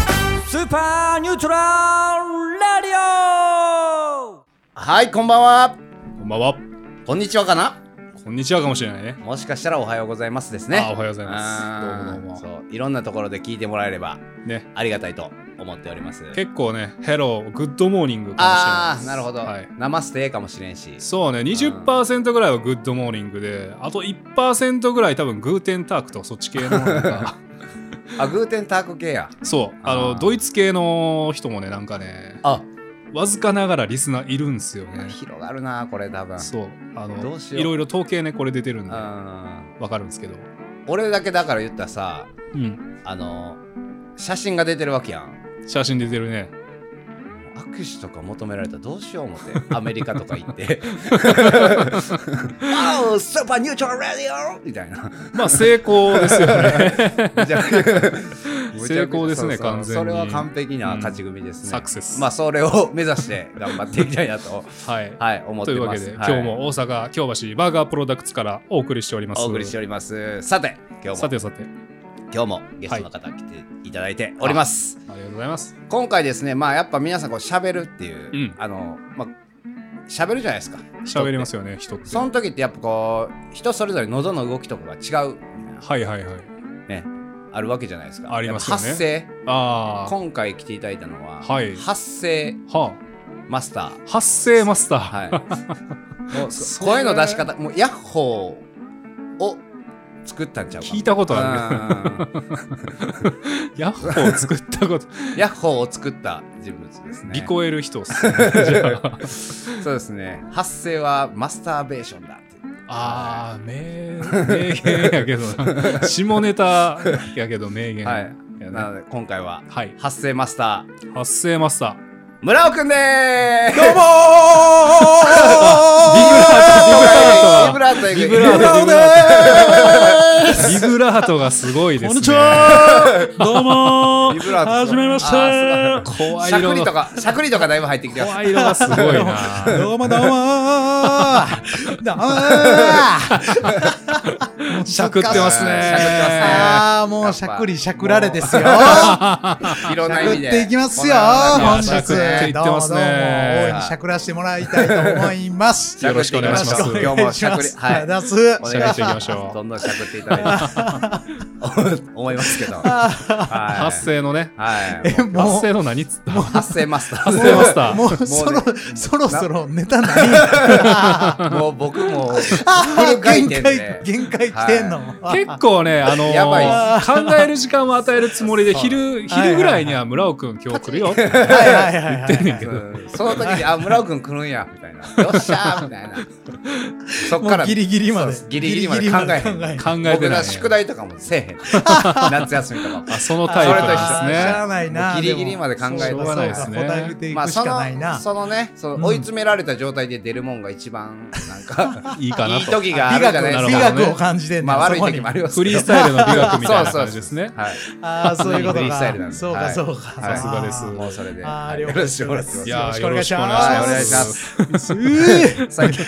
ーパーニュートラルラディオはい、こんばんは。こんばんは。こんにちはかなこんにちはかもしれないね。もしかしたらおはようございますですね。あおはようございますあーどうもどうもそう、いろんなところで聞いてもらえればね。ありがたいと思っております。結構ね、ヘロー、グッドモーニングかもしれないあであ、す。なるほど。はい。ナマステかもしれんし。そうね、20%ぐらいはグッドモーニングで、あと1%ぐらい多分グーテンタークとかそっち系のな んかあ、グーテンターク系や。そう、あのあードイツ系の人もね、なんかね、あ、わずかながらリスナーいるんすよね。広がるな、これ多分。そう、あどのうしよういろいろ統計ね、これ出てるんで、わん。かるんですけど。俺だけだから言ったらさ、うん、あの、写真が出てるわけやん。写真出てるね。握手とか求められたらどうしよう思って、アメリカとか行 って。 おう、スーパーニュートラルラディオみたいな。まあ成功です よね。 むちゃくちゃ成功ですねそうそう完全にそれは完璧な勝ち組ですね。サクセス。まあそれを目指して頑張っていきたいな と、はい。はい、思っとていうわまけす。で、はい今日も大阪京橋バーガープロダクツからお送りしております。お送りしております。さて、今日さもてさて、今日もゲストの方来ていただいております。ありがとうございます。今回ですね、まあやっぱ皆さんこう喋るっていう、うんあのまあ喋るじゃないですか。。喋りますすよね、人って。その時ってやっぱこう人それぞれ喉の動きとかが違うはいはいはい。ねあるわけじゃないですか。ありますよねやっぱ発声。あ今回来ていただいたのは、はい発声あ、はマスター。あ、発声マスター。はい。もうそれ声の出し方、もうヤッホーを作ったんちゃうかな。聞いたことあうんる。ヤッホー作った こと、ヤッホーを作った人物ですね。聞こえる人 っすね。じゃあ、そうですね。発声はマスターベーションだって。あー、名名言やけど な。下ネタやけど名言。はい。やねなので今回ははい。発声マスター発声マスター。村尾くんでーす。どう もあビブラートビビブブラートラートビブラートビブラートがすごいでこすね。んにちはどうもビブラートはじめましてあーすごい怖いしゃく色りとが、か、しゃくりとかだいぶ入ってきてます。怖い色がすごいな。どうもどうもどうもしゃくっしゃくてますってますねね。あーもうしゃくりしゃくられですよいろんな意味しゃくっで。ていきますよこんな本感じ日でしゃくっていってますどうもねどうも大いにしゃくらしてもらいたいと思いますよろしくお願いしますよろ今くお日願もいししゃまくり、すはい。出すおしゃ願くいっしま。ていきますしょどんどんしゃくっていただ いて。思いますけど。う。発は声のねい。。はい。えも発う声の何っつった発声マスタ発声マスタもー。うそろもうねそろそろネタないー。もう僕も、フルあ回限転で界。限界来てんの結構ね、あのーやば考える時間を与えるつもりで、昼、はいはい昼ぐらいには村尾くん今日来るよってはいはいはいはい言ってんねんけど、うんその時に、あ、村尾くん来るんや、みたいな。よっしゃーみたいな。そっもから、うギリギリまでそうギリギリまで考えへんギリギリまで考考えて僕ないら。宿題とかもせえへん。夏休みとかも。あ、そのタイプそれと一緒しゃあなんでないなもうギリギリまで考えたてしょうがないですね答えていまあくしそかないなの、そのね、そうんの追い詰められた状態で出るもんが一番、なんか、すね。いいかないいと。時があ美るじゃない学です美か。なるほどね学を感じてんねまあ悪い時もあるりますけどフリースタイルの美学みたいな感じですね。はい。ああそういうことフリースタイルなんかでそうはかいそうかはいさすがですもうそれで。あーはい了よ解ろしくお願いします。いはややーーよよろろししくくおお願願いいししまますす。いえー最近、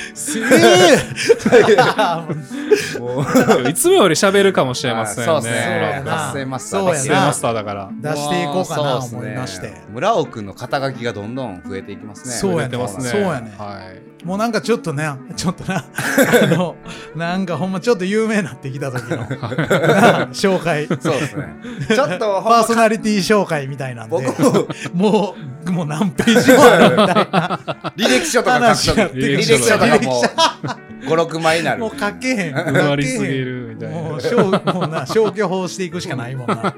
あーもう もう、いつもより喋るかもしれませんあね。そうですそうねや村尾くんな発声マスターそうやな発声マスターだから。出していこうかなもそうっすね思いまして村尾くんの肩書きがどんどん増えていきますね。そうやね出てますね。そうやねはい。もうなんかちょっとねちょっと なあのなんかほんまちょっと有名になってきた時 の紹介そうですね。ちょっと、ほんパーまソナリティ紹介みたいなんで僕ももうもう何ページもあるみたいな履歴書とか書くとき、履話歴し合って書とかもう、5、6枚になる。も う書けへん。埋まりすぎるみたいなもう消もうな消去法していくしかないもんな。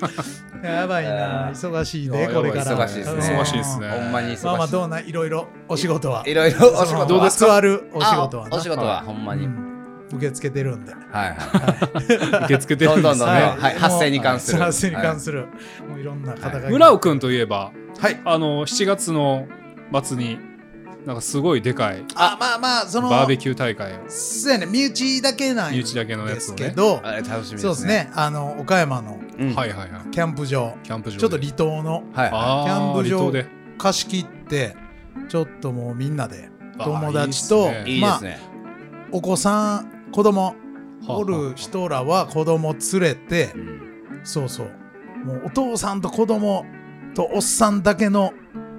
やばいな。えー忙しいいでやこれから。忙しいですね。忙しいですねほんまに忙しい。。まあまあどうないろいろお仕事はいろいろお仕その事まは。つわるお仕事はあな。お仕事はほんまに。うはいん受け付けてるんで。は受け付けい。てどるんんどんですどんどん。ね。はい。発声に関する。発生に関る。する。もういろんな方が。村尾くんといえば、はい。あの7月の末になんかすごいでかいあまあまあその。バーベキュー大会をそうやね身内だけなん身内だけのやでつすをけねど。あれ楽しみですね。そうです。ね。あの岡山のうんはいはいはいキャンプ場。キャンプ場でちょっと離島のはい。あーキャンプ場離島で貸し切ってちょっともうみんなであー友達といいっすねいいですね。お子さん子供はあおる人らは子供連れてうんそうそうもうお父さんと子供とおっさんだけの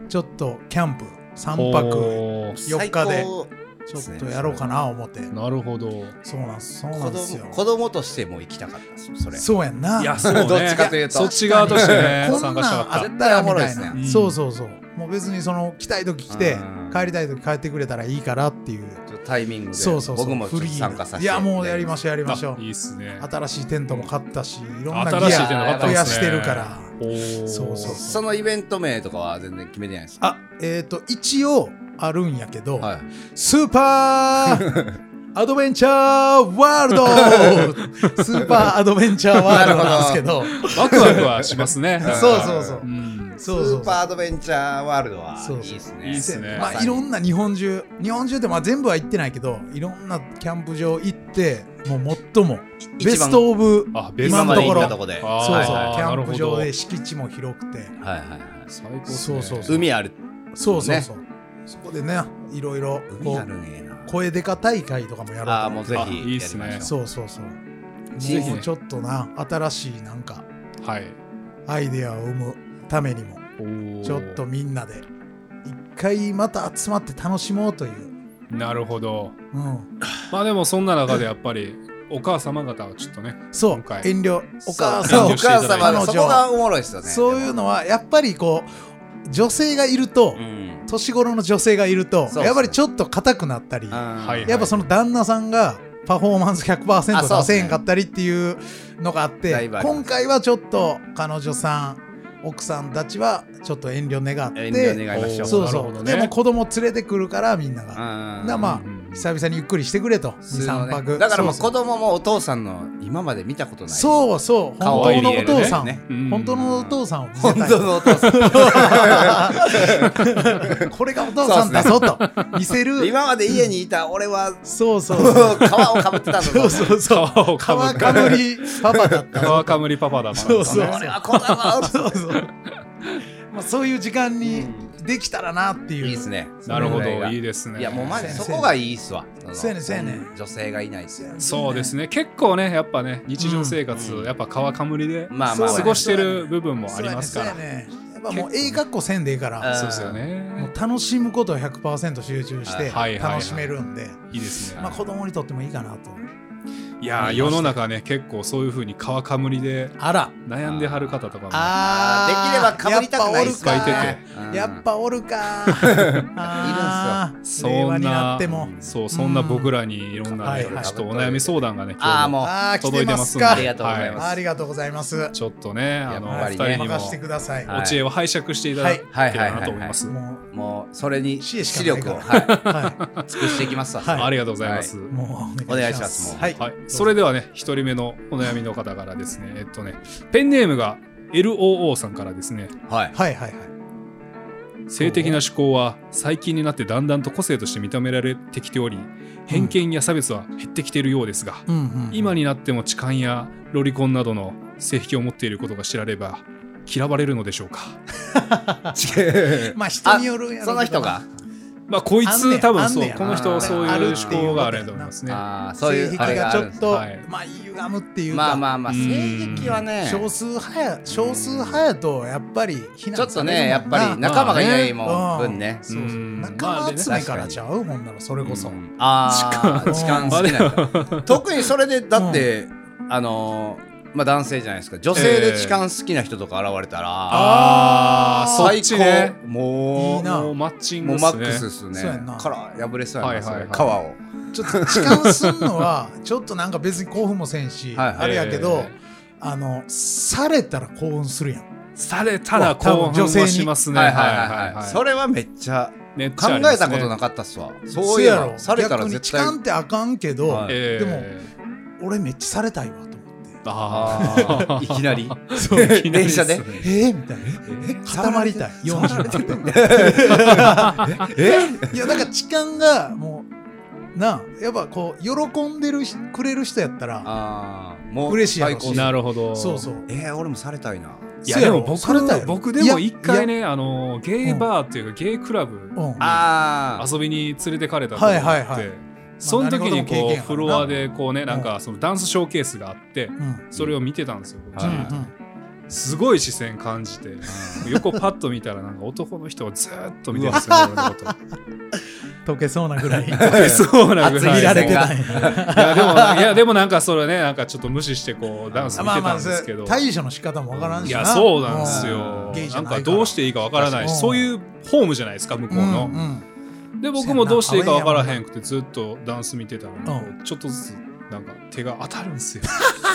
ちょっとキャンプ3泊おー4日で最高ちょっとやろうかな思ってなるほど。そうなんですそうな子んですよ供子供としても行きたかったですよそれそうやんないや、そうね。どっちかというとそっち側としてね、こ参ん加したなかんあっったらみ絶対おもろいったいすねな、うんそうそうそうもう別にその来たい時来てうん帰りたい時帰ってくれたらいいからっていうちょっとタイミングでそうそうそう僕もちょっと参加させていやもうやりまししょうやりましょた。ういいっすね。新しいテントも買ったしいろんなギ新しいっていうのがあアったん増でやすしね。てるからおー。そうそうそのイベント名とかは全然決めてないですあえっ、と一応あるんやけど、はいスーパーアドベンチャーワール ドスーパーアドベンチャーワールドなんですけどワクワクはしますね。 そうそうそううん。そうそうスーパーアドベンチャーワールドはそうそういいですねいいっすねまあ、いろんな日本中日本中ってまあ全部は行ってないけどいろんなキャンプ場行ってもう最も一ベ番ストオブあ、ベース今今まのとでこ行っろたとこであーそうそうキはいャはいンプ場なるほでど敷地も広くてはいはいはい最高っすね。そうそうそう海あるそうそうそう、そこでねいろいろ海こあうるんやな声でか大会とかもやろうとああもうぜあひいいっすねやりましょそうそうそうぜひもうちょっとな新しいなんかはい。アイデアを生むためにもおーちょっとみんなで一回また集まって楽しもうという、なるほど。うん、まあでもそんな中でやっぱりお母様方はちょっとね。そう今回遠慮うお母そさうんおを遠慮してい母ただいて様彼のそこ女はがおもろいですよねそういうのはやっぱりこう女性がいると、うん年頃の女性がいると、そうそうやっぱりちょっと硬くなったり、ははいやっぱその旦那さんがパフォーマンスあそう100%っ出すせねへんかったりっていうのがあってだいぶあります今回はちょっと彼女さん奥さんたちはちょっと遠慮願っ遠て慮願いましょうそうなるそほう、どねでも子供連れてくるからみんなが、うだまあうんうん久々にゆっくりしてくれと普通23のね泊だからもうそ子うそう供もお父さんの今まで見たことないそうそう顔本当を見のれおるね父さん、ねうん本当のお父さんを見せ本たい当のお父さ んこれがお父さんだぞと見せる今まで家にいた俺はそうそうそう皮をかぶってたんだ そうぞそうそう皮をかぶ川っかた。ぶりパパだった川かぶりパパだからね。 そうそう俺はこんなのそうそう。まあそういう時間にできたらなっていう。いいですねなるほそれど、がいいですね。いやもうマジねそこがいいっすわのそうやねそうやね女性がいないっすよそうですね。結構ね、やっぱね、日常生活、うんやっぱ川かむりでまあまあ過ごしてる部分もありますから。そうやね。そうやねやっぱもうええ格好せんでいいかうんら、そうですよもねう。楽しむことを100%集中しはいはいはいて楽しめるんで、いいですねまあ。子供にとってもいいかなと。いやー、世の中ね、結構そういう風に川かむりであら。悩んではる方とかも。あでーきればかぶりたくないっすかわいっぱいいててやっぱぱおるか。あーそ令ん和にななっても。そうそんな僕らにいろんなね、うんはいちょっとお悩み相談がね、ああ今日ももうああ、来届ていてまますすんで、か。ありがとうございますありがとうございます。ちょっとね、あの、やっおぱ二り人ねにも任せてください。はお知恵を拝借していただけはいればなと思います。ももうそれに知恵し視かないか力らをはい尽う、はくしていきますわはいありがとうございます。い。もうお願いします。おは願い。はい、それではね、一人目のお悩みの方からですね、えっとね、ペンネームが LOO さんからですね、はいはいはいはい。性的な思考は最近になってだんだんと個性として認められてきており、偏見や差別は減ってきているようですが、うんうん、今になっても痴漢やロリコンなどの性癖を持っていることが知られれば嫌われるのでしょうか まあ人によるんやろうけどその人がまあこいあんねつん多分あんそねうんこの人あはーそうあいうる思っていう考があると思いますねああそうい性う癖あれががちあょるんでっすと、はいまあ歪むっていうか、まあまあまあうん性癖はね少数派や少数派やとやっぱり非難ちょっとされねるやもっんなぱり仲間がいないもんうん分ねそうそううん仲間集めからちゃう、ほんならそれこそ、うんああ痴痴漢漢好きなんだ特にそれでだって、あのーまあ男性じゃないですか女性で痴漢好きな人とか現れたら、あああーそっちねもういいなもうマッチンもグっうすねマックスっすねそうやんなから破れそうやな、はいはいはいそれ皮をちょっと痴漢すんのはちょっとなんか別に興奮もせんし、はいあれやけど、えあのされたら興奮するやんーされたら興奮はしますねはいはいはいはいそれれはめっちゃめっ考ちゃありまえすねたことなかったっすわそうせいえやばろされたら逆に絶痴対漢ってあかんけど、はいえでも俺めっちゃされたいわと思ってああーいきなりあ そういきなりっ電車すねえー、みたいなえ固まりたい40代え いやだから痴漢がもうなあやっぱこう喜んでるしくれる人やったらあーもう嬉しいやろ最高っす なるほどそうそうえー、俺もされたいないやそうでろも僕それだよ僕でもいや一回ねあのゲイバーっていうかゲイクラブうんあ遊びに連れてかれたことがあって、はいはいはいその時にまあ何事も経こ験うやかフらなロアでこうねなんかそのダンスショーケースがあってうんそれを見てたんですよ、僕はいうんすごい視線感じて、横パッと見たらなんか男の人がずーっと見てるんですよ俺のこと溶けそうなぐら い そうなんぐ熱ら見いい視ら線れてないいやでもな、いやでもなんかそれね、なんかちょっと無視してこうダンス見まあてまたあんですけど。対処の仕方もわからんいしなや、そうなんですうよ。ゲイじゃなんいらかどうしていいかわからないうんし、そういうホームじゃないですか、向こううのん。うんで、僕もどうしていいかわからへんくて、ずっとダンス見てたのに、うこうちょっとずつなんか手が当たるんですよ。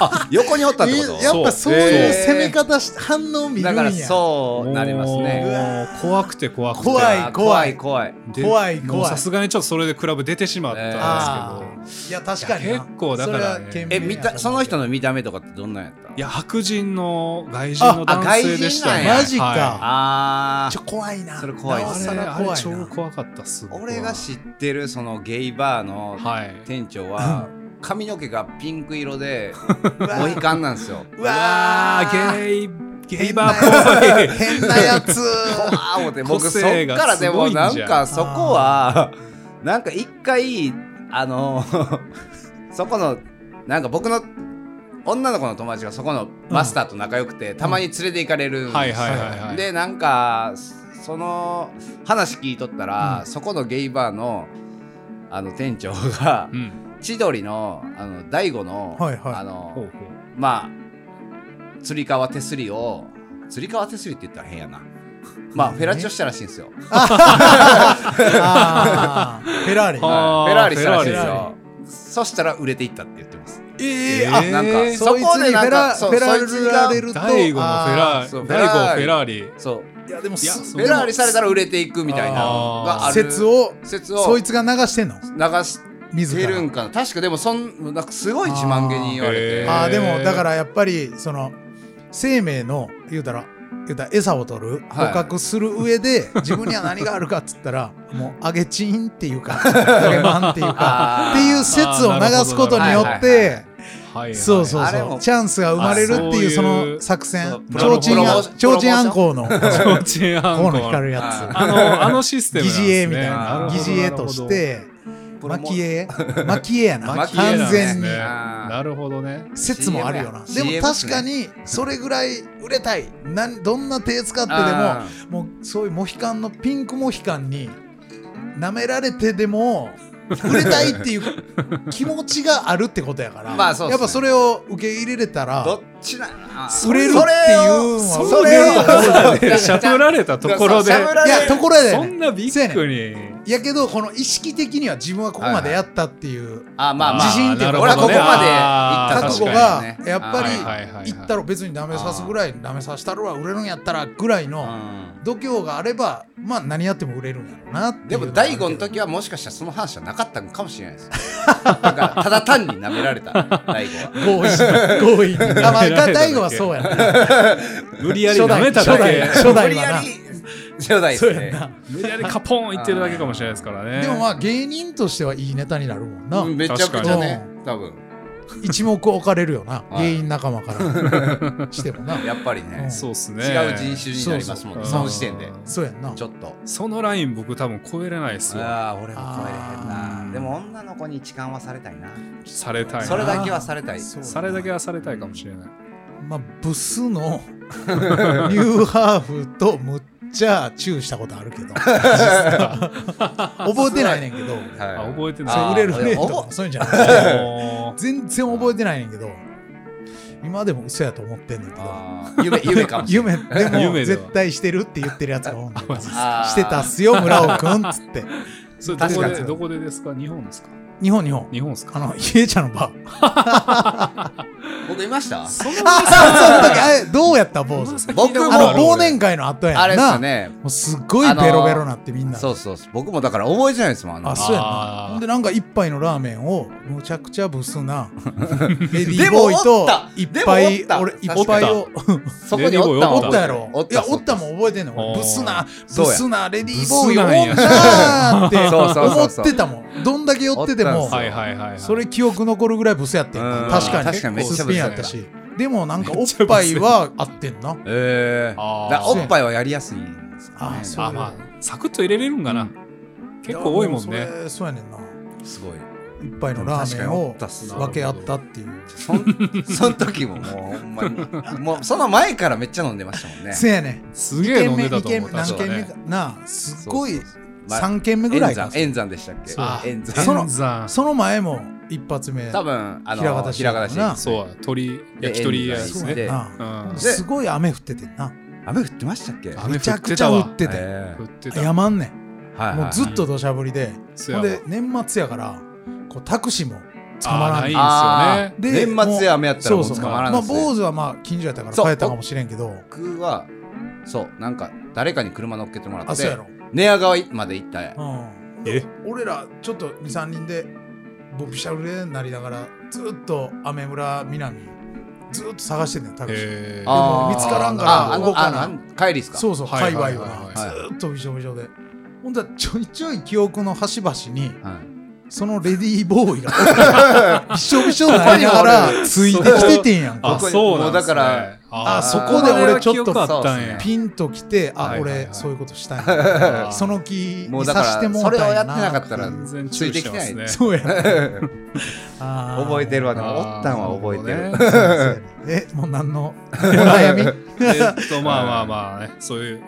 あ横におったってこえやっぱそういう攻め方し、反応見とるだんからやそう なりますもうね怖くて怖くて。怖いあー怖い怖いで怖い怖いもうさすがにちょっとそれでクラブ出てしまったあんですけど。ーいや確かにいや結構だからねえ見たその人の見た目とかってどんなんやったいや、白人の外人の男性でしたね。あ外人なんやはいあちょー怖いなそれ怖いなおですさあれらあれ怖い超な怖かったっす。僕は俺が知ってるそのゲイバーのはい。店長 は髪の毛がピンク色 でモヒカンなんですようわーーゲイゲイバーっぽい。変なやつ怖思って僕個そっ性かがらすでごもいんじなゃんんかそこはなんか一回あの そこのなんか僕の女の子の友達がそこのマスターと仲良くて、たまに連れて行かれるんですよはいはいはいはいでなんかその話聞いとったら、うんそこのゲイバーのあの店長がうん。千鳥のあの大悟の、はいはいあのほうまあ釣り革手すりを釣り革手すりって言ったら変やなまあフェラチオしたらしいんですよフあーフェラーレはあーェラーリしたらしいんでフェすラよそしたら売れていったって言ってますえええーあなんえかーそそいつこでにフなェんかラそフうェラそいつーがられると大悟のフェラあーーそうリ。大悟フェラーリ。そういやでもいやすフェラーリされたら売れていくみたいなのがある説を説をそいつが流してんの流し自てらるんかな確かでもそんなんかすごい自慢げに言われてへーあーでもだからやっぱりその生命の言うたら言うたら餌を取るはい捕獲する上で、 自分には何があるかっつったらもう揚げチーンっていう か揚げパンっていうかあっーていう説を流すことによあーなるっほどはいはいてははいはいそうそうあれそうもチャンスが生まれるっていうあそそういのう作そ戦うちょうちんプロモやプちょロうモちんあんこう の河そうちんあんこ野光るやああの、あのシスつテム疑なんです似ね。絵みたいななるほ疑ど似絵として蒔絵蒔絵やな蒔完絵なんですね全にねなるほどね。説もあるよな、 CM でやも確かにそれぐらい売れたいなんどんな手使ってでももうそういうモヒカンのピンクモヒカンに舐められてでも売れたいっていう 気持ちがあるってことやから、まあそうっすねやっぱそれを受け入れれたどっらちな売れるっていうのはそれをでしゃぶられたところで、いやところやで、そんなビッグに。いやけどこの意識的には自分はここまでやったっていうあまあまあ自信っていうか俺はここまであー行っ覚たと悟こがねやっぱはいはいはいはいり行ったら別にダメさすぐらいダメさせたるわ売れるんやったらぐらいの、うん度胸があればまあ何やっても売れるんやろうなっていうでものがある大けど悟の時はもしかしたらその話はなかったのかもしれないです なんかただ単に舐められた大悟は強引強引あまあやられただけ大悟はそうやな無理やり舐めただ初け代。初無代理はやなり初代でそうすやんねな無理やりカポーンいってるだけかもしれないですからね。でもまあ芸人としてはいいネタになるもんな、うんめちゃくちゃね多分一目置かれるよなはい芸人仲間からしてもなやっぱりうねんそうっすね。違う人種になりますもんねそうそうその時点でうんそうやんなちょっとそのライン僕多分超えれないですよ。ああ俺も超えれへあんーなでも女の子に痴漢はされたいなされたいな。それだけはされたいそうされだけはされたいかもしれない。まあブスのニューハーフとむっちゃチューしたことある けど覚えてないねんけどああ覚えてないそう売れる ねとか覚そういうんじゃない もう全然覚えてないねんけど今でも嘘やと思ってんねんけどあー夢夢かもしれない 夢で も夢では絶対してるって言ってるやつがおんねんマジっすかしてたっすよ村尾くんっつってそれどこ確かでにどこでですか日本ですか日本日本日本ですかあの家ちゃんの バー僕いましたそのあその時あれどうやった坊主僕もあの忘年会の後やんなあれですよねもうすっごいベロベロなってみんなそうそうそう僕もだから覚えてないですもんあのあそうやなあーほんでなんか一杯のラーメンをむちゃくちゃブス なレディーでもボーイおとった一杯でもおった俺一杯をそこにおったレディーボーイおったやろおっいたやおったもん覚えてんの俺おーブスなブそうやスなレディーボーイおブスなんやんなーって そうそうそうそう思ってたもんどんだけ寄ってておもったんはいはいはいはい。それ記憶残るぐらいブスやってんうなん確かに確かにめっち結構ゃスピンやったしでもなんかおめっっちゃブスぱいは合ってんなええあーだからおっぱいはやりやすいんですかねあーそうあまあサクッと入れれるんかな。結構多いもんやねう。それそうやねんなすごい一杯のラーメンでも確かにおをったっすな分け合ったっていう。そんその時ももうほんま にもうその前からめっちゃ飲んでましたもんねせやねん。すげえ飲んでた二と軒思目う何確軒か目ねかなあすっごいそうそうそうまあ3軒目ぐらい円か山円山でしたっけそうあ円山その天山その前も一発目多分あの平方市平方市なそう鳥焼き鳥屋ですそうねやうなんすごい雨降っててんな雨降ってましたっけ雨降めっちゃくてちゃた降わっててえ降ってたやまんねえはいんはいもうずっと土砂降りでそほやんわで年末やからこうタクシーも捕まあらーんないんで年末や雨やったらそもううそう捕ままらあないです、ね、坊主はまあ近所やったからそう帰ったかもしれんけど僕はそうなんか誰かに車乗っけてもらあっそうやてろ寝屋川まで行ったうんえ俺らちょっと23人でボビシャルレになりながらずっと雨村南ずっと探してんねんタクシーへーああー見ーつからんからああの動かなあいのあの帰りですかそううそう、は界い隈はをいはいな、ずはいーっとびしょびしょで。ほんだらちょいちょい記憶の端々に、はい、そのレディーボーイが、 びしょびしょになりながら、ついてきててんやんあか。こにそうなんですもうだからねあーそこで俺ちょっとあれは記憶あったんやピンときて、あ、はいはいはい俺、そういうことしたんや あーその気もにうださしかてらもそうれをたんややってなかったな。ら全然ついてきてない注意してそうや。 覚覚えてるわでもあーおったんは覚えてるなるえ、もう何 のお悩みえっとまあまあまあねそういう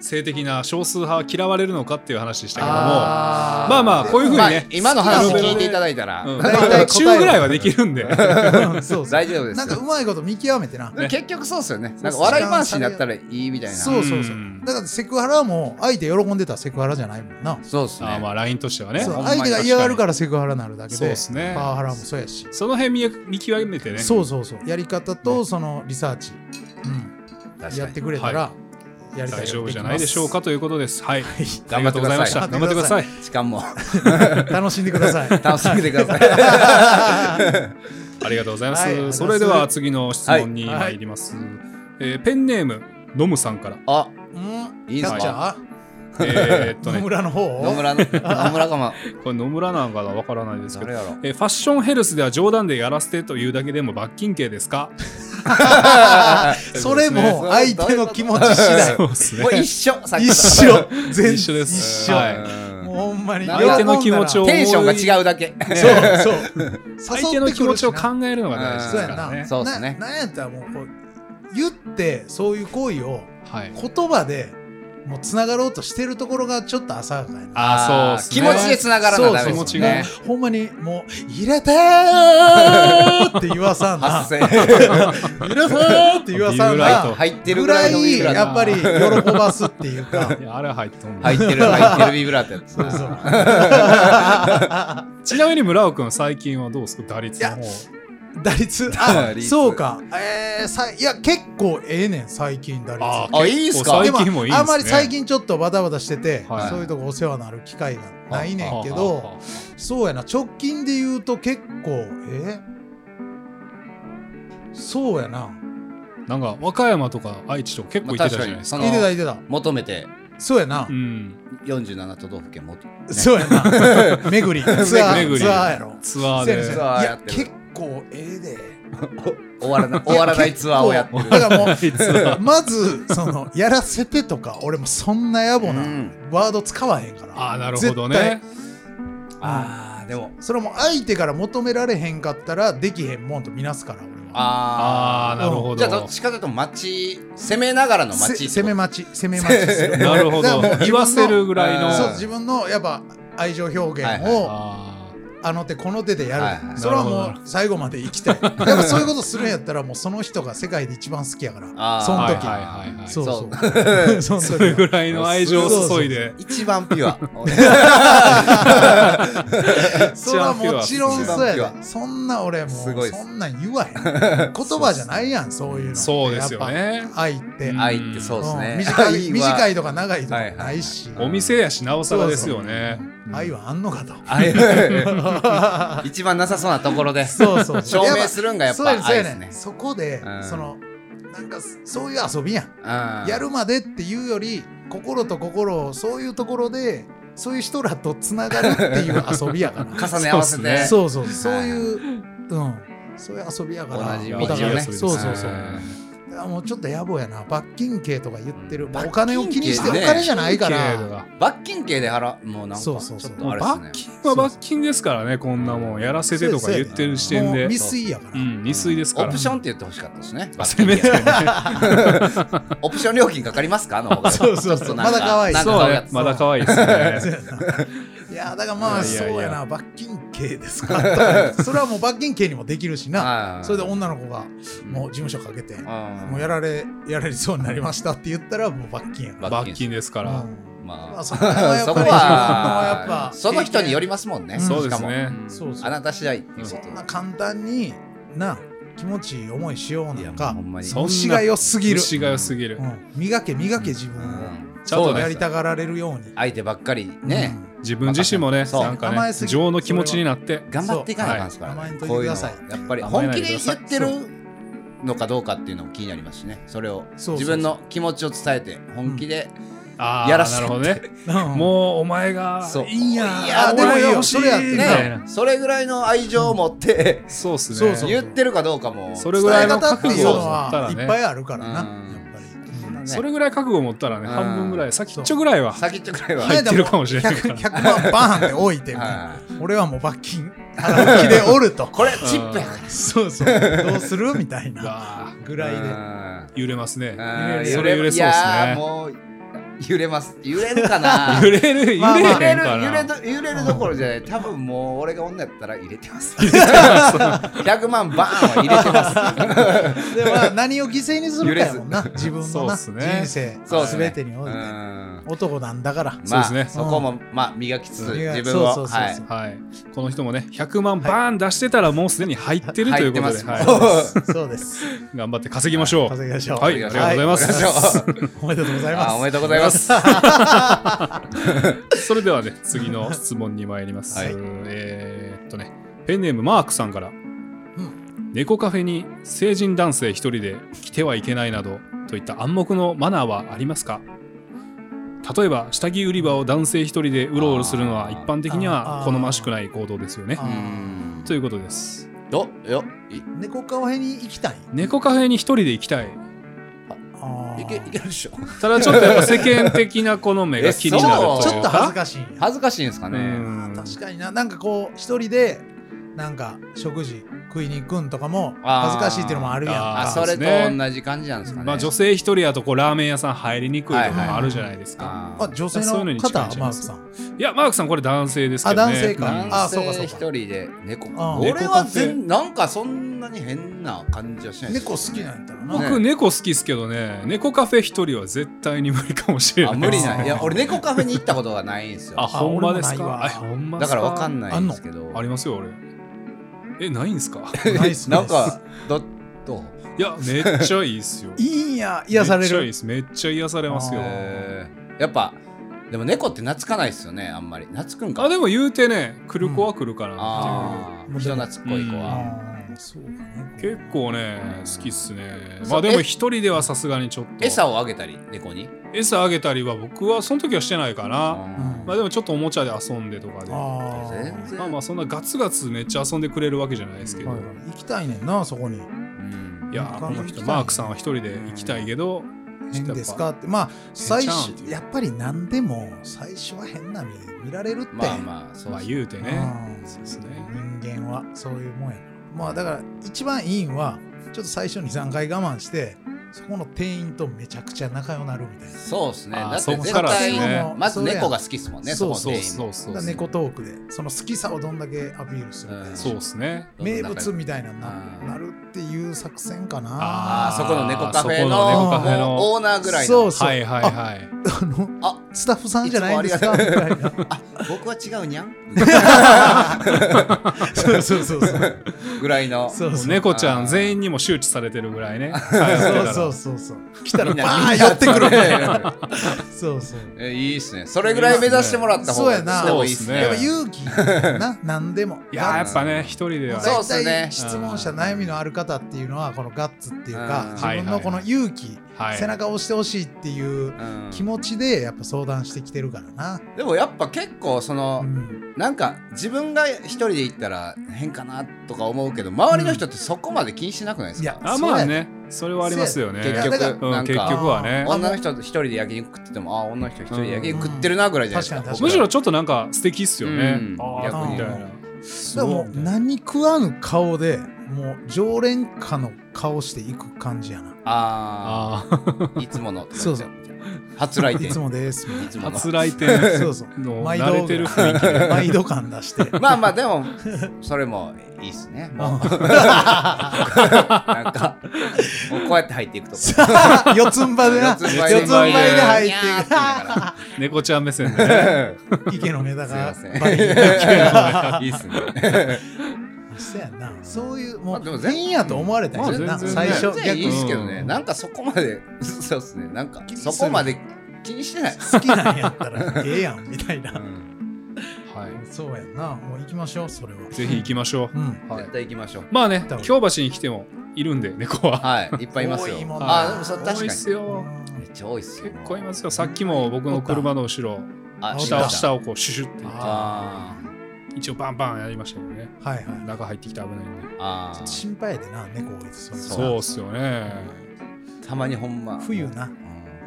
性的な少数派は嫌われるのかっていう話でしたけどもあーまあまあこういうふうにねまあ今の話聞いていただいたら、うん、大体答えは中ぐらいはできるんで。うんそうそう大丈夫ですなんかうよまいこと見極めてな。でも結局そうっすよねなんか笑い話になったらいいみたいなそうそうそううんだからセクハラも相手喜んでたらセクハラじゃないもんな。そうっすねあーまあ LINE としてはねそうほんまに相手が嫌がる確かからセクハラになるだけそうでっすねパワハラもそうやし、にその辺見え見極めてねそうそうそうやり方とそのリサーチ、うん、確やかっにてくれたらやりたい大こと丈で夫じきゃますないでしょうかということですはいあ頑り張がってとうくございだましさたい頑張ってください時間も楽しんでください 楽しんでください ありがとうございます、はいそれでは次の質問に参ります、えーペンネームノムさんからあうんいいキんすャかッチャえーっーと野 ね村の方野村の野村かもこれ野村なんかなわからないですけ誰どや ろえーファッションヘルスでは冗談でやらせてというだけでも罰金刑ですかそれも相手の気持ち次第そうですねもう一緒さっき一と緒全一緒です一緒、はいもうほんまに相手の喜んだら気持ちをテンションが違うだけそうそう相手の気持ちを考えるのが大え事そうですやかんらな、ねそうっすねななんやったらもうこう言ってそういう行為をはい言葉でもうつながろうとしてるところがちょっと浅はかやな。あーそうっす気ね持ちで繋がらなダメですそうそうねもうほんまにもう「入れてー!」って言わさんな発声「入れてー!」って言わさんビブラなート入ってるぐぐららいのいビブラーやっぱり喜ばすっていうか いやあれは入っとんねト入ってる入ってるビブラートや つそうそうちなみに村尾君最近はどうですか打率の方打率あ打率そうかえー、さいや結構ええねん最近打率ああいいっすか結構最近もいいですねあんまり最近ちょっとバタバタしてて、はいそういうとこお世話になる機会がないねんけはあはあどはそうやな直近で言うと結構えそうやなあなんか和歌山とか愛知とか結構行ってたじゃないですかあいのてたいてた求めてそうやな、うん47都道府県求めてそうやな巡りツアー巡りツアーやろツアそーうやねんでそうツやねんアーいややってる結構ええで終わらない 終わらないツアーをやって結構だからもうツアーまずそのやらせてとか俺もそんな野暮なうんワード使わへんからああなるほどねああでもそれも相手から求められへんかったらできへんもんとみなすから俺はあああなるほどじゃあどっちかというと町攻めながらの町せ攻め待ち攻め待ちする なるほどだからもう自分の言わせるぐらいのそううん自分のやっぱ愛情表現はいをああの手この手でやる、はいはいそれはなるほもう最後まで生きたいやっぱそういうことするんやったらもうその人が世界で一番好きやからあーそあのはい時、はいはいはいそそううそう その時はそれぐらいの愛情を注いで一番ピ ュアそれはもちろんそうや一番ピュでそんな俺もすごういですそんなん言わへん言葉じゃないやんそういうのそうですよねやっぱ愛って、うん愛ってそうですねうん短い愛は短いとか長いとかないし、お店やしなおさらですよね愛はあんのかと。愛は 一番なさそうなところで そうそう証そう明するんがやっぱそう愛やでねんそうすねやねんそこで、うんそのなんかそういう遊びやん、うんやるまでっていうより心と心をそういうところでそういう人らとつながるっていう遊びや から重ね合わせそうっすてねそうそうそういう、うん、そういう遊びやから同じいや道をねお互いそうそううそうんあやもうちょっと野暮やな罰金刑とか言ってる、んもうお金を気にして、罰金刑ねお金じゃないか経営らが罰金刑で払うもうなんかちそょうっそうそうとあれです罰ね金は罰金ですからねこんなもんやらせてとか言ってる時点もうで未遂やから、うん未遂ですかオらプションって言ってほしかったですね。あせめてねオプション料金かかりますかあの 方が。そうそうそうちょっとなんかまだ可愛いなんかそう可愛いやねつまだ可愛いですねそうや ないやだからまあいやいそやいうややな罰金刑ですか それはもう罰金刑にもできるしなはいそれで女の子がもう事務所かけてもうやられやられそうになりましたって言ったらもう罰金やな罰金ですから、うんままああ、そ そここはやっぱりそこはやっぱは、 その人によりますもんね。うんそうですねしかもそうそうあなた次第っていうこそとんな簡単にな気持ちいい思いしようなんいやかほんまにそんな虫が良すぎる、虫が良すぎる、うん磨け磨け自分を、うんちゃんとねそうなんやでりすよたがられるように相手ばっかりね、自分自身もねそうなんか甘ねえすぎる情の気持ちになって頑張っていかないかんですからそうはい甘えね。んといてこういくうのだをさいやっぱり甘え本ない気ででくださ言いってるのかどうかっていうのも気になりますしね。それをそうそうそう自分の気持ちを伝えて本気であーやらせてなるほどねうんもうお前がそういいやいやおでもい前がいよ欲しいそれやってみんたいねな、それぐらいの愛情を持ってそうっすねそうそう言ってるかどうかもそれぐ伝らえいの方っていうのそうそうはそういっぱいあるからな、うんやっぱり。ねそれぐらい覚悟を持ったらね、うん半分ぐらい先っちょぐらいは先っちょぐらいは入ってるかもしれないから100 100万バーンって置いてみたいなはい俺はもう罰金払う気でおるとこれチップやかそうそうどうするみたい なわあぐららいで揺れますねうんそれ揺れそうっいすやねーもう揺れます揺れるか な揺れるま揺あれまへあん揺れるか揺れなど揺れるどころじゃない多分もう俺が女やったら入れてます100万バーンは入れてますでまあ何を犠牲にするかやもんな自分のな、人そうっすね生そうっすね全てにおういてん男なんだ からそうですねまあそこもまあ磨きつつうん自分をそうそうそうそうはいこの人もね100万バーン出してたらもうすでに入ってるということ入で、ってはまいすそうです頑張って稼ぎましょう稼ぎましょうはいありがとうございますはは おめでとうございいますあおめでとうございますそれではね、次 の質問に参ります。はいえーっとね、ペンネームマークさんから、猫カフェに成人男性一人で来てはいけないなどといった暗黙のマナーはありますか例えば下着売り場を男性一人でうろうろするのはあー一般的にはあー好ましくない行動ですよねあ。うんということです。どよい猫カフェに行きたい猫カフェに一人で行きたい。あーいけいけるでしょただちょっとやっぱ世間的なこの目が気になるえそうとちょいうっと恥ずか。かしいんや恥ずかしいんですかうねん確かにななんかこう一人でなんか食事食いに行くんとかもあー恥ずかしいっていうのもあるやんあかあーそれとそうですね同じ感じなんですかねまあ女性一人やとこうラーメン屋さん入りにくいとかもあるじゃないですか。あーあ女性そういうののに近い方んちゃいマーまクすさんいや、マークさん、これ男性ですけどね。あ男性かうんあ男そうかそう性か一人で猫あ俺は猫カフ全なんかそんなに変な感じはしないです猫好きなんやったらな、ね僕、猫好きですけどね、猫カフェ一人は絶対に無理かもしれなあい。無理ないいあやー俺猫カフェに行ったことがないんですあ、よほんまです俺もか。ないわあ、ほんまでだすかからわかんないんですけどありますよ、俺。え、ないんすかナイスナなイんスかどどういや、めっちゃいいっすよ。 いいんや癒されめっちゃいいるっす。めっちゃ癒されますよ。あえーやっぱでも猫って懐かないですよねあんまり懐くんかあ、でも言うてね、来る子は来るかなっあうんあ人懐っこい子あはーそうかねていう。結構ね、好きっすね。そうまあでもえ一人ではさすがにちょっと。餌をあげたり猫に餌あげたりは僕はその時はしてないかな。んまあでもちょっとおもちゃで遊んでとかで。あー全然まあまあそんなガツガツめっちゃ遊んでくれるわけじゃないですけど、はいはい行きたいねんなそこにうんいやなんーかこの人行きたいマークさんは一人で行きたいけど、変ですかってまあ最ええちゃうんってい初うやっぱり何でも最初は変な目で見られるって、まあまあそうまあ言う言うてね、うんそうですね人間はそういうもんやなまあだから一番いいんはちょっと最初に3回我慢してそこの店員とめちゃくちゃ仲良くなるみたいなそうですねだあーってそっ絶からですねそ対こもまず猫がそ好きっすもんねそそうこのそう店員そうそうやうだから猫トークでその好きさをどんだけアピールするかやうんしそうですね名物みたいなのにうんななるっていう作戦かあなあそこの猫カフそェのこの猫カフェのもうオーナーぐらいそうのそうはいはいはいあのあスタッフさんじゃないんですかいみつもたいなあ僕は違うに ゃんそうそうそうそうぐらいのそうもそうう猫ちゃん全員にも周知されてるぐらいねそうそうそそうそう来たらみんバなーン寄ってくるるそうそう えいいっすねそれぐらい目指してもらった方そうがやなでもいいっすええやっぱね勇気やな何でもいやーやっぱね一人ではねそうっ大すね体質問者悩みのある方っていうのはこのガッツっていううんか自分のこの勇気はい背中を押してほしいっていううん気持ちでやっぱ相談してきてるからな、でもやっぱ結構そうのん、なんか自分が一人で行ったら変かなとか思うけど周りの人ってそこまで気にしなくないですいかやあまあねそれはありますよね。せや結だ局かうんなん結か局はね。女の人一人で焼肉食っててもああ女の人一人で焼肉食ってるなぐらいじゃないですか,うん僕ら、むしろちょっとなんか素敵っすよね。うんあー逆にみたいな。でもう何食わぬ顔でもう常連家の顔していく感じやなあああ、あいつものそうそう初来店いつもですみ いつもの初来店たいなそうそうの毎度慣れてる雰 囲気で。毎度感出してまあまあでもそれもいいっすねもうなんかもうこうやって入っていくと か四つん這いでな四四つつんん這いで這いで入っにゃーってて猫ちゃん目線でね。いく池のメダカすいませんバリ バリいいっすねそうやなそういうもまあでもう全変やと思われたんやまあな全然最初全然いいっ逆すけどね、うんなんかそこまで そうっすねなんか気にすそるこまで気にしてない、 好きなんやったらええやんみたいなは。そうやんなもう行きましょうそれはいぜひ行きましょう。うんはい絶対行きましょうまあね、京橋に来てもいるんで、猫は。はいいっぱいいますよ多いもんなあでもそれ確か多いにっすよ。めっちゃ多いっすよ結構いますよ。さっきも僕の車の後ろ、あい下た下をこうシュシュってあ一応バンバンやりましたけどね。はいは中入ってきて危ないんで。ーあいー心配やでな猫多いですそうそうっすよね。たまにほんま冬なう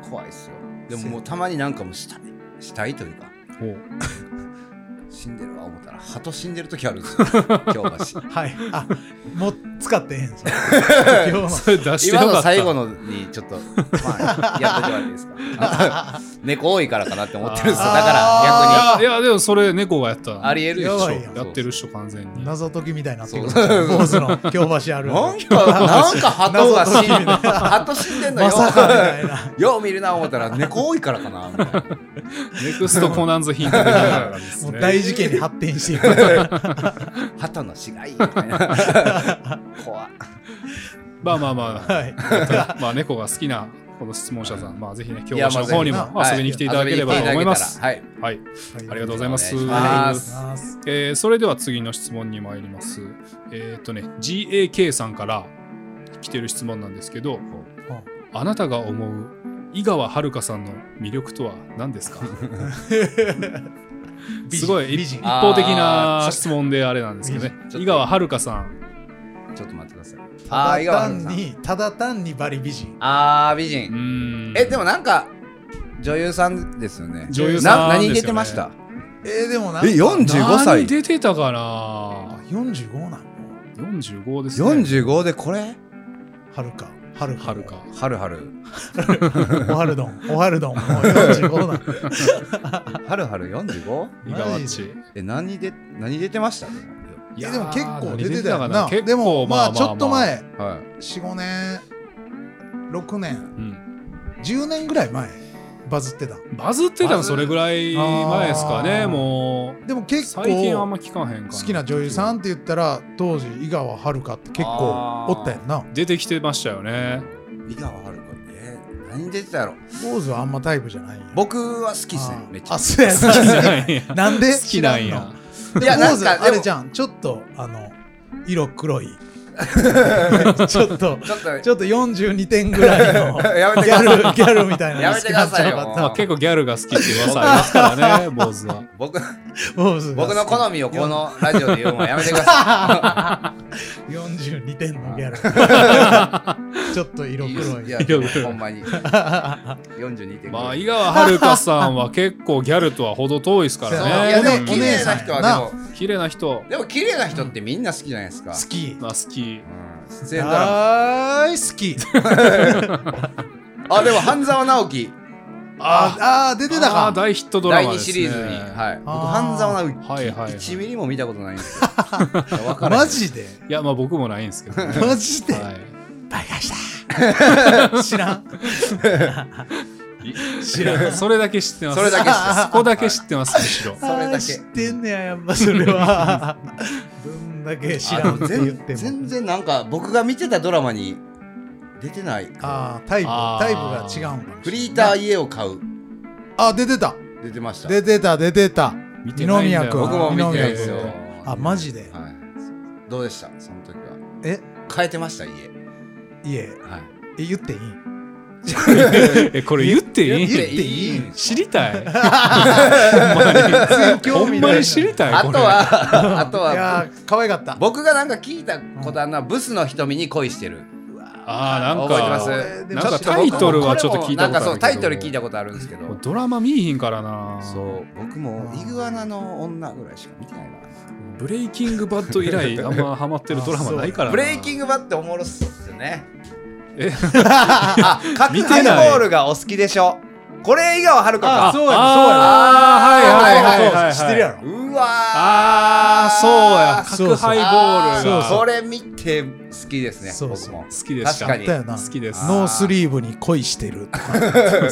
ん怖いっすよでももうたまになんかもうしたいしたいというかほう死んでるわ思ったら鳩死んでる時あるん ですよ京橋はいあもう使ってへんそれ今日のそれ出して今よかのった。最後のにちょっと、まあ、やっといてもらっていいですか あ猫多いからかなって思ってるんですよだからあいや、いやでもそれ猫がやった逆にあら。りえるでしやょばいやんやってる人完全に。謎解きみたいになってくるそう坊主の京橋あるなんかなんか鳩が 死んで謎解きみたいな鳩死んでんのよまさかみたいなよう見るな思ったら猫多いからかなみたいなネクストコナンズヒ ントみたいな感じですもうね。大事件に発展していく鳩の死骸みた いな怖っまあまあまはいあ、 まあ猫が好きなこの質問者さん、まあぜひね、京いや橋の方にまもあ遊びに来ていただければと思います。はいはい、ありがとうございますお。は願いいしまえーそれでは次の質問に参ります。えーっとね、GAK さんから来てる質問なんですけど、あなたが思う井川遥さんの魅力とは何です かすごい美一人方的な質問であれなんですけどねちょっ、と井川遥さん、ちょっと待ってくださいたあー井だ川遥単さんにただ単にバリ美人あー美人うーんえでもなんか女優さんですよね女優さんな何ですよね出てましたえーでもなえ45歳何出てたかな45なの45ですね。 45でこれはるかはる遥か。はるはるおはるどんおはるどんもう45なのはるはる 45? 井川マっち。ジでえ何で何出てましたいいややーでも結構何出てたよかな結構でもまあちまょっと。前は45年6年うん10年ぐらい前バズってたバズってたのそれぐらい前ですかね、あーもう。でも結構最近あんま聞かへんか好きな女優さんって言ったら当時井川遥って結構おったやんな出てきてましたよ ね。い井川はるかえー何出てたやろ坊主はあんまタイプじゃないんや僕は好きっあすねーめっちゃあそうや好きじゃないなんや。なんで好きなん知らやの。いいやや、ななんんかか、であもれじゃん、ちょっと、あの、色黒い。 ちょっと、ちょっとちょっと42点ぐらい のやめてくギだャさいル、ギャルみたいなやめてくださいよ好きになっちゃうまあ 結構ギャルが好きっていう噂ありますから ね、坊主は。僕坊主が好僕きの好みをこのラジオで言うのはやめてくださ42点のギャ ル。ちょっと い色いい黒い。や色黒いほんまに42点まあ、井川遥さんは結構ギャルとは程遠いですかそうい らやでおもね。綺姉麗さなんや人はでも綺麗な人、でも綺麗な人ってみんな好きじゃないですか好き。まあ、好き。うん出演ドラマ大好き。あでも半沢直樹あああ、出てたあーか。大ヒットドラ第マ2です、シね。リーズに、はい、僕あー半沢直樹、はいはいはい1ミリも見たことないん ですよわからへんマジでいや、まあ僕もないんですけど、ね。 マジではいバカした。知らん知らん。それだけ知ってます。それだけ知ってますそこだけ知ってます、むしろ。れだあーけ知ってんねや、やっぱそれは。どんだけ知らんって言っ全ても。全然なんか僕が見てたドラマに出てないああ、タイプ、あータイプが違うんかもしれんなフリーター家を買うあ、出てた。出てました出てた、出てた。見てないんだよ二宮君僕も見てないですよ二宮あ、マジで。はい、どうでしたその時はえ、変えてました家いえ、はいえ言っていい え、これ言ってい言いって いいん知 りたい。全然ほ興ん味まない。に知りたい。あことれ。はあといやはー、可愛かった。僕がなんか聞いたことあるのはブスの瞳に恋してるうわああなん覚えてまかすでなもちんょかっとタイトルはちょっと聞いたなんこかとあるけそどうタイトル聞いたことあるんですけどドラマ見えひんからなそう僕もイグアナの女ぐらいしか見てないなブレイキングバッド以 来あんまハマってるドラマないからブレイキンングバッドおもろっすよね。えあ、カ見クてなハいイボールがお好きでしょ。これ井川遥あかそうやあーはいはいはいそうそうはい知ってるやろか。うわー。あーそうやそうそう角ハイボールあがーこれ見て好きですね。そうそう僕も。好きでした確かあにったよな好きですノースリーブに恋してるとか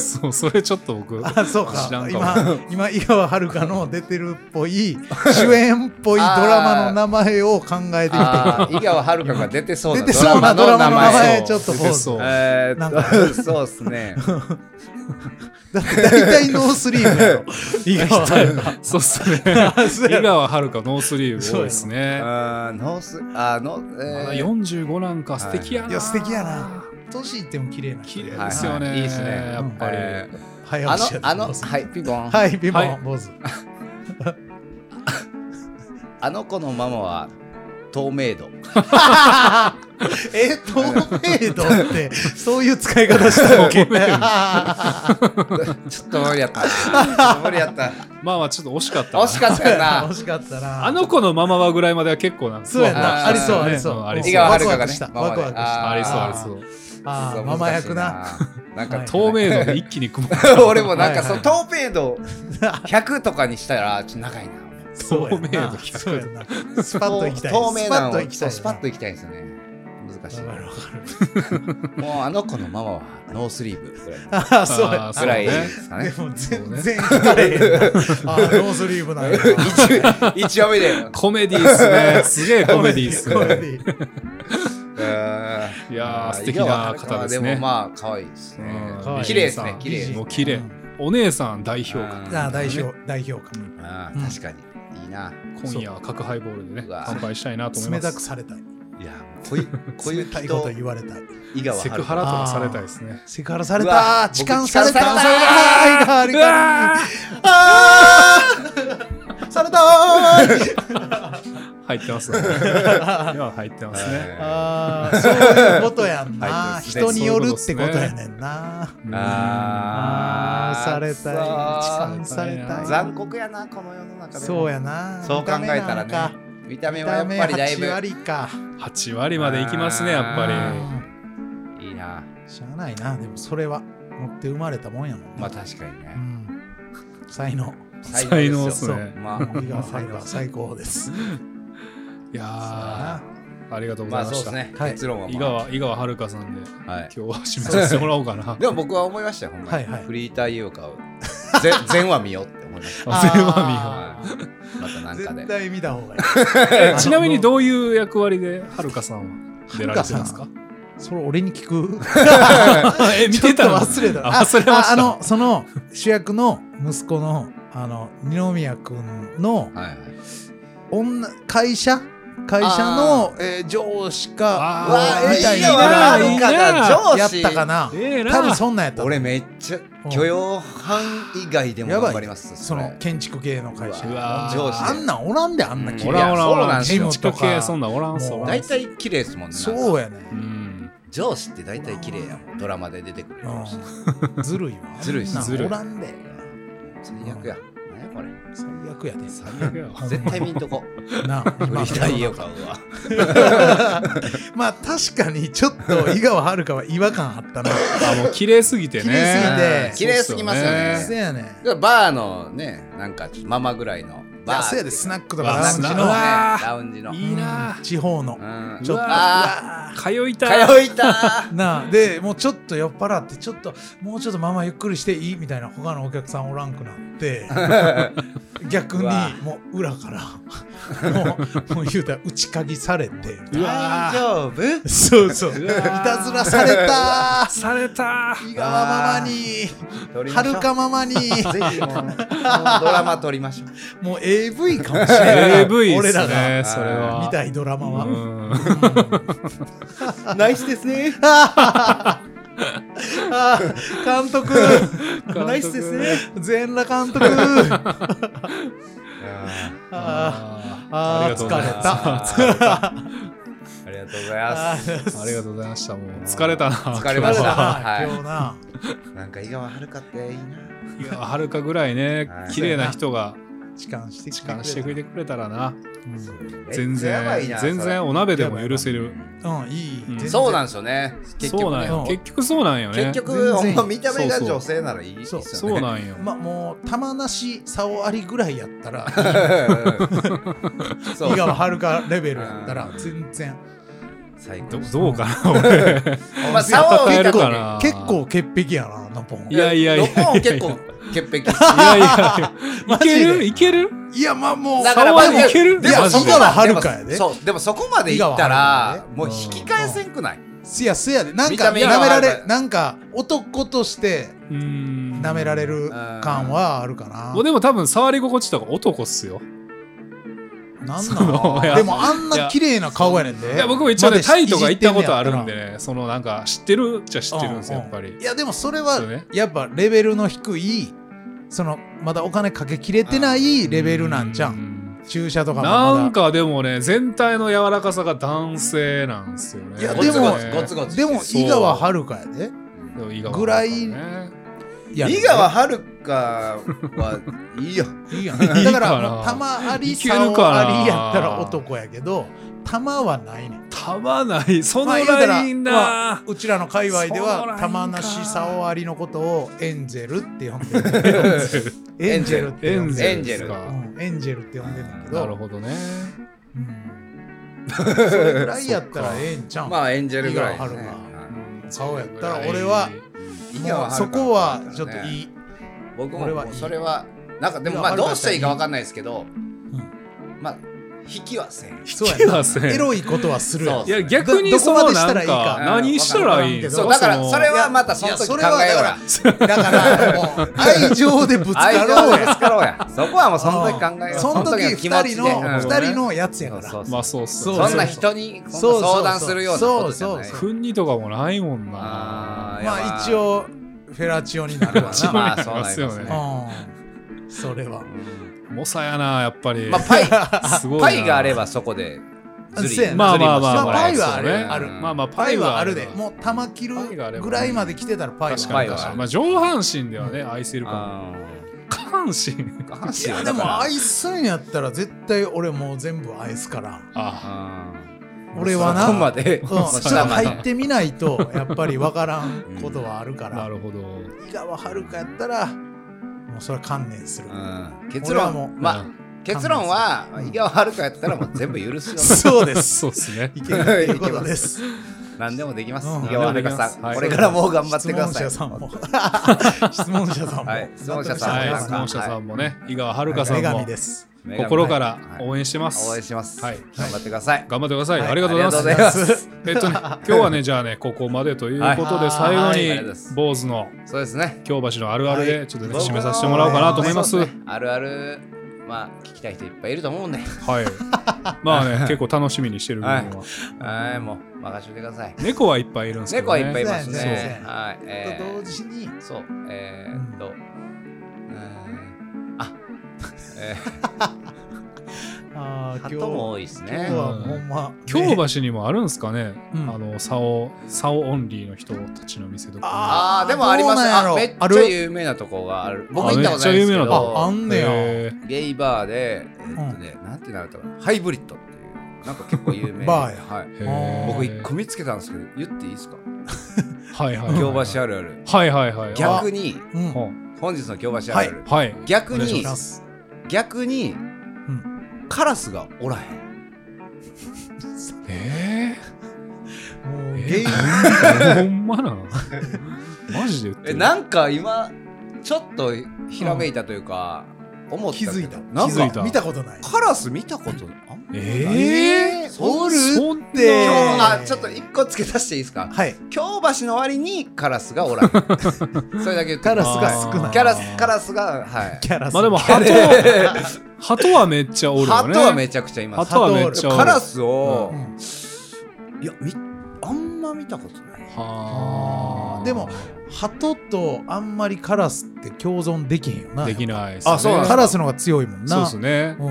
そうそれちょっと僕あそう知らかんかも今今井川遥の出てるっぽい主演っぽいドラマの名前を考えてみてあ ー井川遥が出てそう出なてドラそうマなドのラマ名の名前前を。ちょっと出ポてーそうズえなんーっと、そうです ね。だって大体ノースリーブやろ井川遥そうっすね井 川遥ノースリーブ多いですうねーんノース、あー、ノー、まだえー45なんか素敵やないや素敵やな年いっても綺麗な綺人麗ですよはねいはいいいですねやっぱりえー早あ押しのや、であの、ノースリーはい、ピボンブ。はいピンポはいン坊主あの子のママは透明 度。え透明度ってそういう使い方したっけ ちょっと無理やった。ちょっと無理やった。まあまあちょっと惜しかったな惜しかった よな惜。しかったなあの子のままはぐらいまでは結構なんそうやあーなありそうありそんうあり井そう川ワク遥ワがクねした、ワママクでワクしたありそうありうそうあそーうママ役な。難しいなんかはい透明度で一気に曇る 俺もなんかはいそはいの透 明度100とかにしたらちょっと長いな。そうやな透明度100そうやなスパッと行きたい透明スパッなのとを行きたいそうスパッと行きたいんですよね。難しいわな。かるわかるもうあの子のママはノースリーブぐらいあーそうやあーぐらいそうねですかね。でも全然行かれへんなあーノースリーブなんやな 一応目で。う コメディーっすね すげえコメディーっすコメデねィーーんいやまあー素敵な方です井川遥はでねもまあ可愛いですねうん可愛。い綺麗ですね美人さん。綺麗ですもう綺麗お姉さん代表うかんあー代表代表かあうんあ確かにいいな。今夜は角ハイボールでねうわ乾杯したいなと思い冷またくすされたいいやこう いうこうい冷うたいこと人言われたい井川セク遥ハラとかされたいですねセクハラされうわた痴漢僕された痴漢されたあーいい香りがされたー入ってますねいや入ってますねあーそういうことやんなはいですね人によるってことやねんなああーーされたい痴漢そうされたい残酷やなこの世の中でそうやなそう考えたら見た目ね見た目はなやんかっ見ぱたり目だいぶ8割か8割までいきますねやっぱありういいなんしゃあないなでもそれは持って生まれたもんやもんまあな確かにうねん才能才能っですすよねまもう井川さんあは最高ですいやーありがとうごまざあいまそうですしたねはい結論は井まあ川井川遥さんではい今日は締めさせてもらおうかな でも僕は思いましたよほんまにはいはいフリーター井岡をぜ 全話見ようって思いましたあ全話見ようはいまたなんか絶で対見た方がいいえ ちなみにどういう役割で遥さんは出られてますかそれ俺に聞く え見てたちょのっと忘れたあ忘れましたああのその主役の息子のあの二宮君のはいはい女会社会社の、えー上司あかーわわーあ、みたいいいよななのいいな上やっ司たかなええな多分そんなんやった俺めっちゃ許容範囲外でもやば頑い張りますそのれ建築系の会社うわ上司あんなんおらんであんなうん君おらんおらんおそうならんんですよ建築系そんなんおらんっすもうおらんっ大す体綺麗ですもんねそうややねうん上司って大体綺麗やもんドラマで出てくる上司うんずるいわずるいっすあんなんずるいおらんで最悪や何やこれ最悪やで最 悪やわ絶対見んとこなフリーター家を買うわ まあ確かにちょっと井川遥は違和感あったなあもう綺麗すぎてね綺麗すぎて綺麗すぎますよねせやねんでバーのねなんかママぐらいのババースやでスナックとかバラーウンジのスナッのわーラウンジのいいな地方のうんちょっとああ通いたー通いたーなあでもうちょっと酔っ払ってちょっともうちょっとママゆっくりしていいみたいな他のお客さんおらんくなって 逆にうわもう裏からもうもう言うたら打ち鍵されてう大わ丈夫そうそうういわーたずらされたされた伊川ママに撮 りましょう遥かママに ぜひもうもうドラマ撮りま しょうもう AV かもしれ ない AV っ俺すらねがそれは見たいドラマは、うんナイスですね。あー監督ナイスですね全裸監督あーあーあーありがとうございます疲れたありがとうございますりがとうございます。ありがとうございました。もう疲れたな。疲れ疲まれしたたなはい今日ななんか井川遥っていいな。いやはるかぐらいねは、い綺麗な人が痴漢してき痴てくれた漢してくれてくれたらな、めっちゃ全やばい然な、全それ然お鍋でも許せる。うんうんいいうん全然そうなんですよね。結そう局なんね。よ。結局そうなんよね結。局、ほんま見た目がそうそう女性ならいいですよね。そうなんよ。まあもう玉なし竿ありぐらいやったら そう井川遥レベルやったら全然最ど高。どうかな俺。まあ、竿を見えたる時かな。結構潔癖やなナポンいやいやいロやポン結構潔癖。いやいやいや。いマジでけるいけるいやまあもうだからまあ竿はいけるでもいやそこそこは遥かやでそう、でもそこまでいった井川ら遥、もう引き返せんくないすやすやでなん見かた目が舐めらわかれるなんか男としてうーん。舐められ。る感はあるかなもうでも多分触り心地とか男っすよ。なんそなののいやでもあんな綺麗な顔やねんでいや僕も一応まねだタイとか行ったことあるんでいじってやねそのなんか知ってるじゃ知ってるんですようんやっぱりたらいやでもそれそうねはやっぱレベルの低いそのまだお金かけきれてないレベルなんじゃんん注射とかもまだなんかでもね全体の柔らかさが男性なんですよねいやゴでツもゴツゴツゴツしてでる。もそう井川遥やででも井川ぐらいだからねや井川遥はいいよ。いいやん いいだかなからもう玉ありいけるかな竿ありやったら男やけど玉はないねんたまないそのまあ言うたらラインなうちらの界隈でそうなんはか玉なし竿ありのことをエンゼルって呼んでるエンゼルってエ呼ンんでゼるルですうかんエンジェルって呼んでんだけどなるほどねうんそれぐらいやったらええんちゃうまあ、エンジェルぐらい井川で遥すね。そうやったら俺はうん井も川う遥そこはちょっとねいい僕俺もはいいもうそれはなんかでもまあいやどうしたらいいかわかんないですけど、んまあ引きはせんそう引きや はなせんエロいことはするやそんういや逆にどそどこまのでしなたんらいいかか何したらいいんですそうだからそれいやはまたその時い考やそえれはようだやだからもう愛情でぶつか愛情ろうでやぶつかろうやそこはもうその時考えようその時の気持2ち人でのうん2人のやつやそかうらそうそうまあそうそうそうそんな人にそんな相談するようなことじゃないそうそうそう国とかもないもんなあーいやまあ一応フェラチオになるわ一な。応まあそうなりますまねうんそれは。猛者やなやっぱりまあパイ すごいなパイがあればそこでそうズリやなまあまあまあまあパイはそうあねるあるまあまあパイはあるパイで、はもう玉切るぐらいまで来てたらパイは確あかるに確パかイはにまあ上半身ではね愛せるかあも下半身ー下半い身やはでだからも愛すんやったら絶対俺もう全部愛すから。あうん俺はな、そこうんまでちょっと下まで入ってみない とやっぱり分からんことはあるかあなら。るほど井川遥やったら、もうそれは観念する。うん結俺はもう論まあ結論は井川遥やったらもう全部許すよそうでうんす。そうですねいけるという ことです。何でもできますうん。いや、何我々でもできますさん、はいこれからも頑張ってください。質問者さんも。 質問者さんも。はい質問者さんもはいなん質か問者さんもね井川遥さん女も神です。女神心からはい応援してます応援します。はい頑張ってください。頑張ってくださいはいありがとうございますありがとうございまえっと ね今日はねじゃあねここまでということはでい最はいありがとうござい後まにす坊主のす。そうですね。京橋のあるあるでちょっとねはい締めさせてもらおうかなと思いますそはうでねあるある、まあ、聞きたい人いっぱいいると思うんで。いまあね結構楽しみにしてる部分はははい、もう、任せてください。猫はいっぱいいるんですけ猫はどねいっぱいいますそうですねね。はい。えと同ー時に、そう、えーっと、うーんあ、えあー、ー鳩も多いです今日今ね日。はほんま。京ね橋にもあるんですかね、うんあの竿竿オンリーの人たちの店とかあー、でもありまどす。うなんやあ、ろめっちあゃる有名なとこがある。僕あ行ったことないですけめっちゃ有名なとあ、あど。んねや。へゲイバーで、えっとね、なんて名前だったかな、ハイブリッドっていう、なんか結構有名バーやはい。ーへー僕一個見つけたんですけど、言っていいですかはいはいはい京橋あるある。はいはいはい逆に、うん。あお本日の京橋あるある。はい逆願いにしま、す逆に、カラスがおらへん。えもうー、ゲイえー、ほんまなマジで言ってえ、るなんか今、ちょっとひらめいたというか、思った気けど。づいた。なん気づいたか、見たことない。カラス見たことあんまない。えー、そうおるって今えー日あ、ちょっと一個付け足していいですかはい。京橋の割にカラスがおらへん。 それだけ言ってカラスが少あなーい。キャラスカラスが、はい。キャラス。まあでも 鳩鳩はめっちゃおるよね鳩はめちゃくちゃいます。鳩はめっちゃおるカラスを、うんいや、みあんま見たことない。はーでも鳩とあんまりカラスって共存できへんよな。できないです、あそうなんだカラスの方が強いもんそうな。ですねう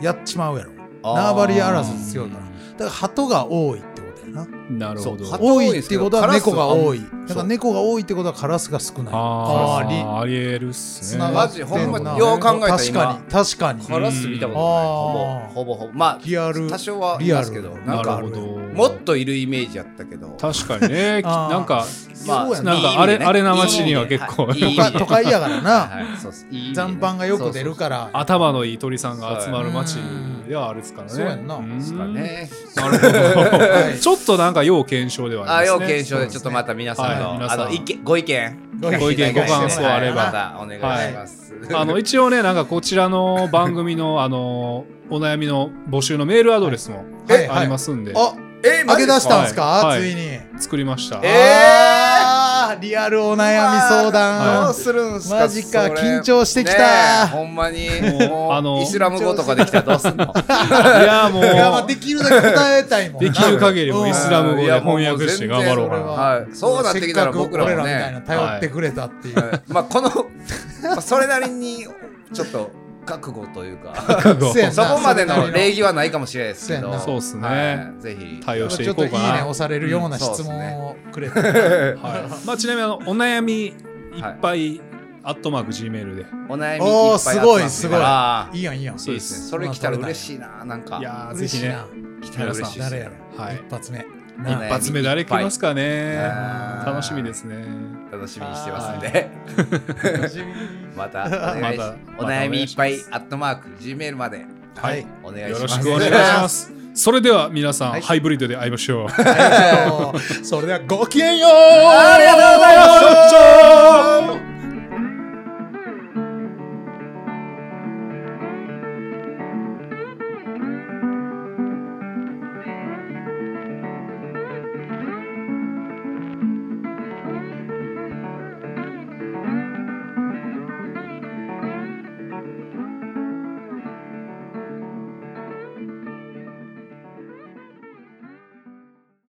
ん。やっちまうやろ。あー縄張り争い強いから。うんだから鳩が多いってこやななるほどそうあ多いっていうことは猫が多いだすから猫が多いってことはカラスが少ないありーありえるっすつねながってんマジほのんなまよう考えたら確かに確かにカラス見たことないうんほぼほぼほぼまあリアル多少はいリアまルすけどななんるかほどもっといるイメージやったけど確か にねあーなんかまあそうやなんかあれあれな街には結構いい意味で都会都会やからなはいそうっすいい意味でね残飯がよく出るから頭のいい鳥さんが集まる街ではあれですからねそうやんなーそうそうですかねなるほ ど、はいちょっとなんか要検証ではああり要ますね検証でちょっとまた皆さんはいの皆あさんの意見ご意見ご意見ご意見ご 感想あればはいまたお願いしますあの一応ねなんかこちらの番組のあのお悩みの募集のメールアドレスもはいありますんで、あ え上げ出したんすかはいついに作りました、えあーリアルお悩み相は談いどうするんすかマジかそれ緊張してきねえたほんまにもうもうあのイスラム語とかできたらどうすんのいやもういやまあできるだけ答えたいもんなできる限りもう イスラム語いでやもう翻訳して頑張ろうか全然なそれはいそうなってきたら僕らもせっかく俺らみたいねな頼ってくれたっていう、はいまあこのまあそれなりにちょっと覚悟というか覚悟せや なそこまでの礼儀儀はないかもしれないですけどそうっすねはいぜひ対応していちょっことういいかねな押されるような質問をくれて、はいまあ、ちなみにあのお悩みいっぱい、アットマーク Gmail でお悩みいっぱいおーす集まってごいすごいあい、いやんいいやんーそいういでですすねそれ来たら嬉しいななんかいやーぜ嬉ひしいねな来たら嬉しいです誰ねやろ、はい一発目いいな ね一発目誰来ますかねあー楽しみですね楽しみにしてますんで またお願いしまたお悩みいっぱいまアットマーク Gmail まではいお願いしますよろしくお願いしますそれでは皆さん、はいハイブリッドで会いましょう ありがとうそれではごきげんようありがとうございますす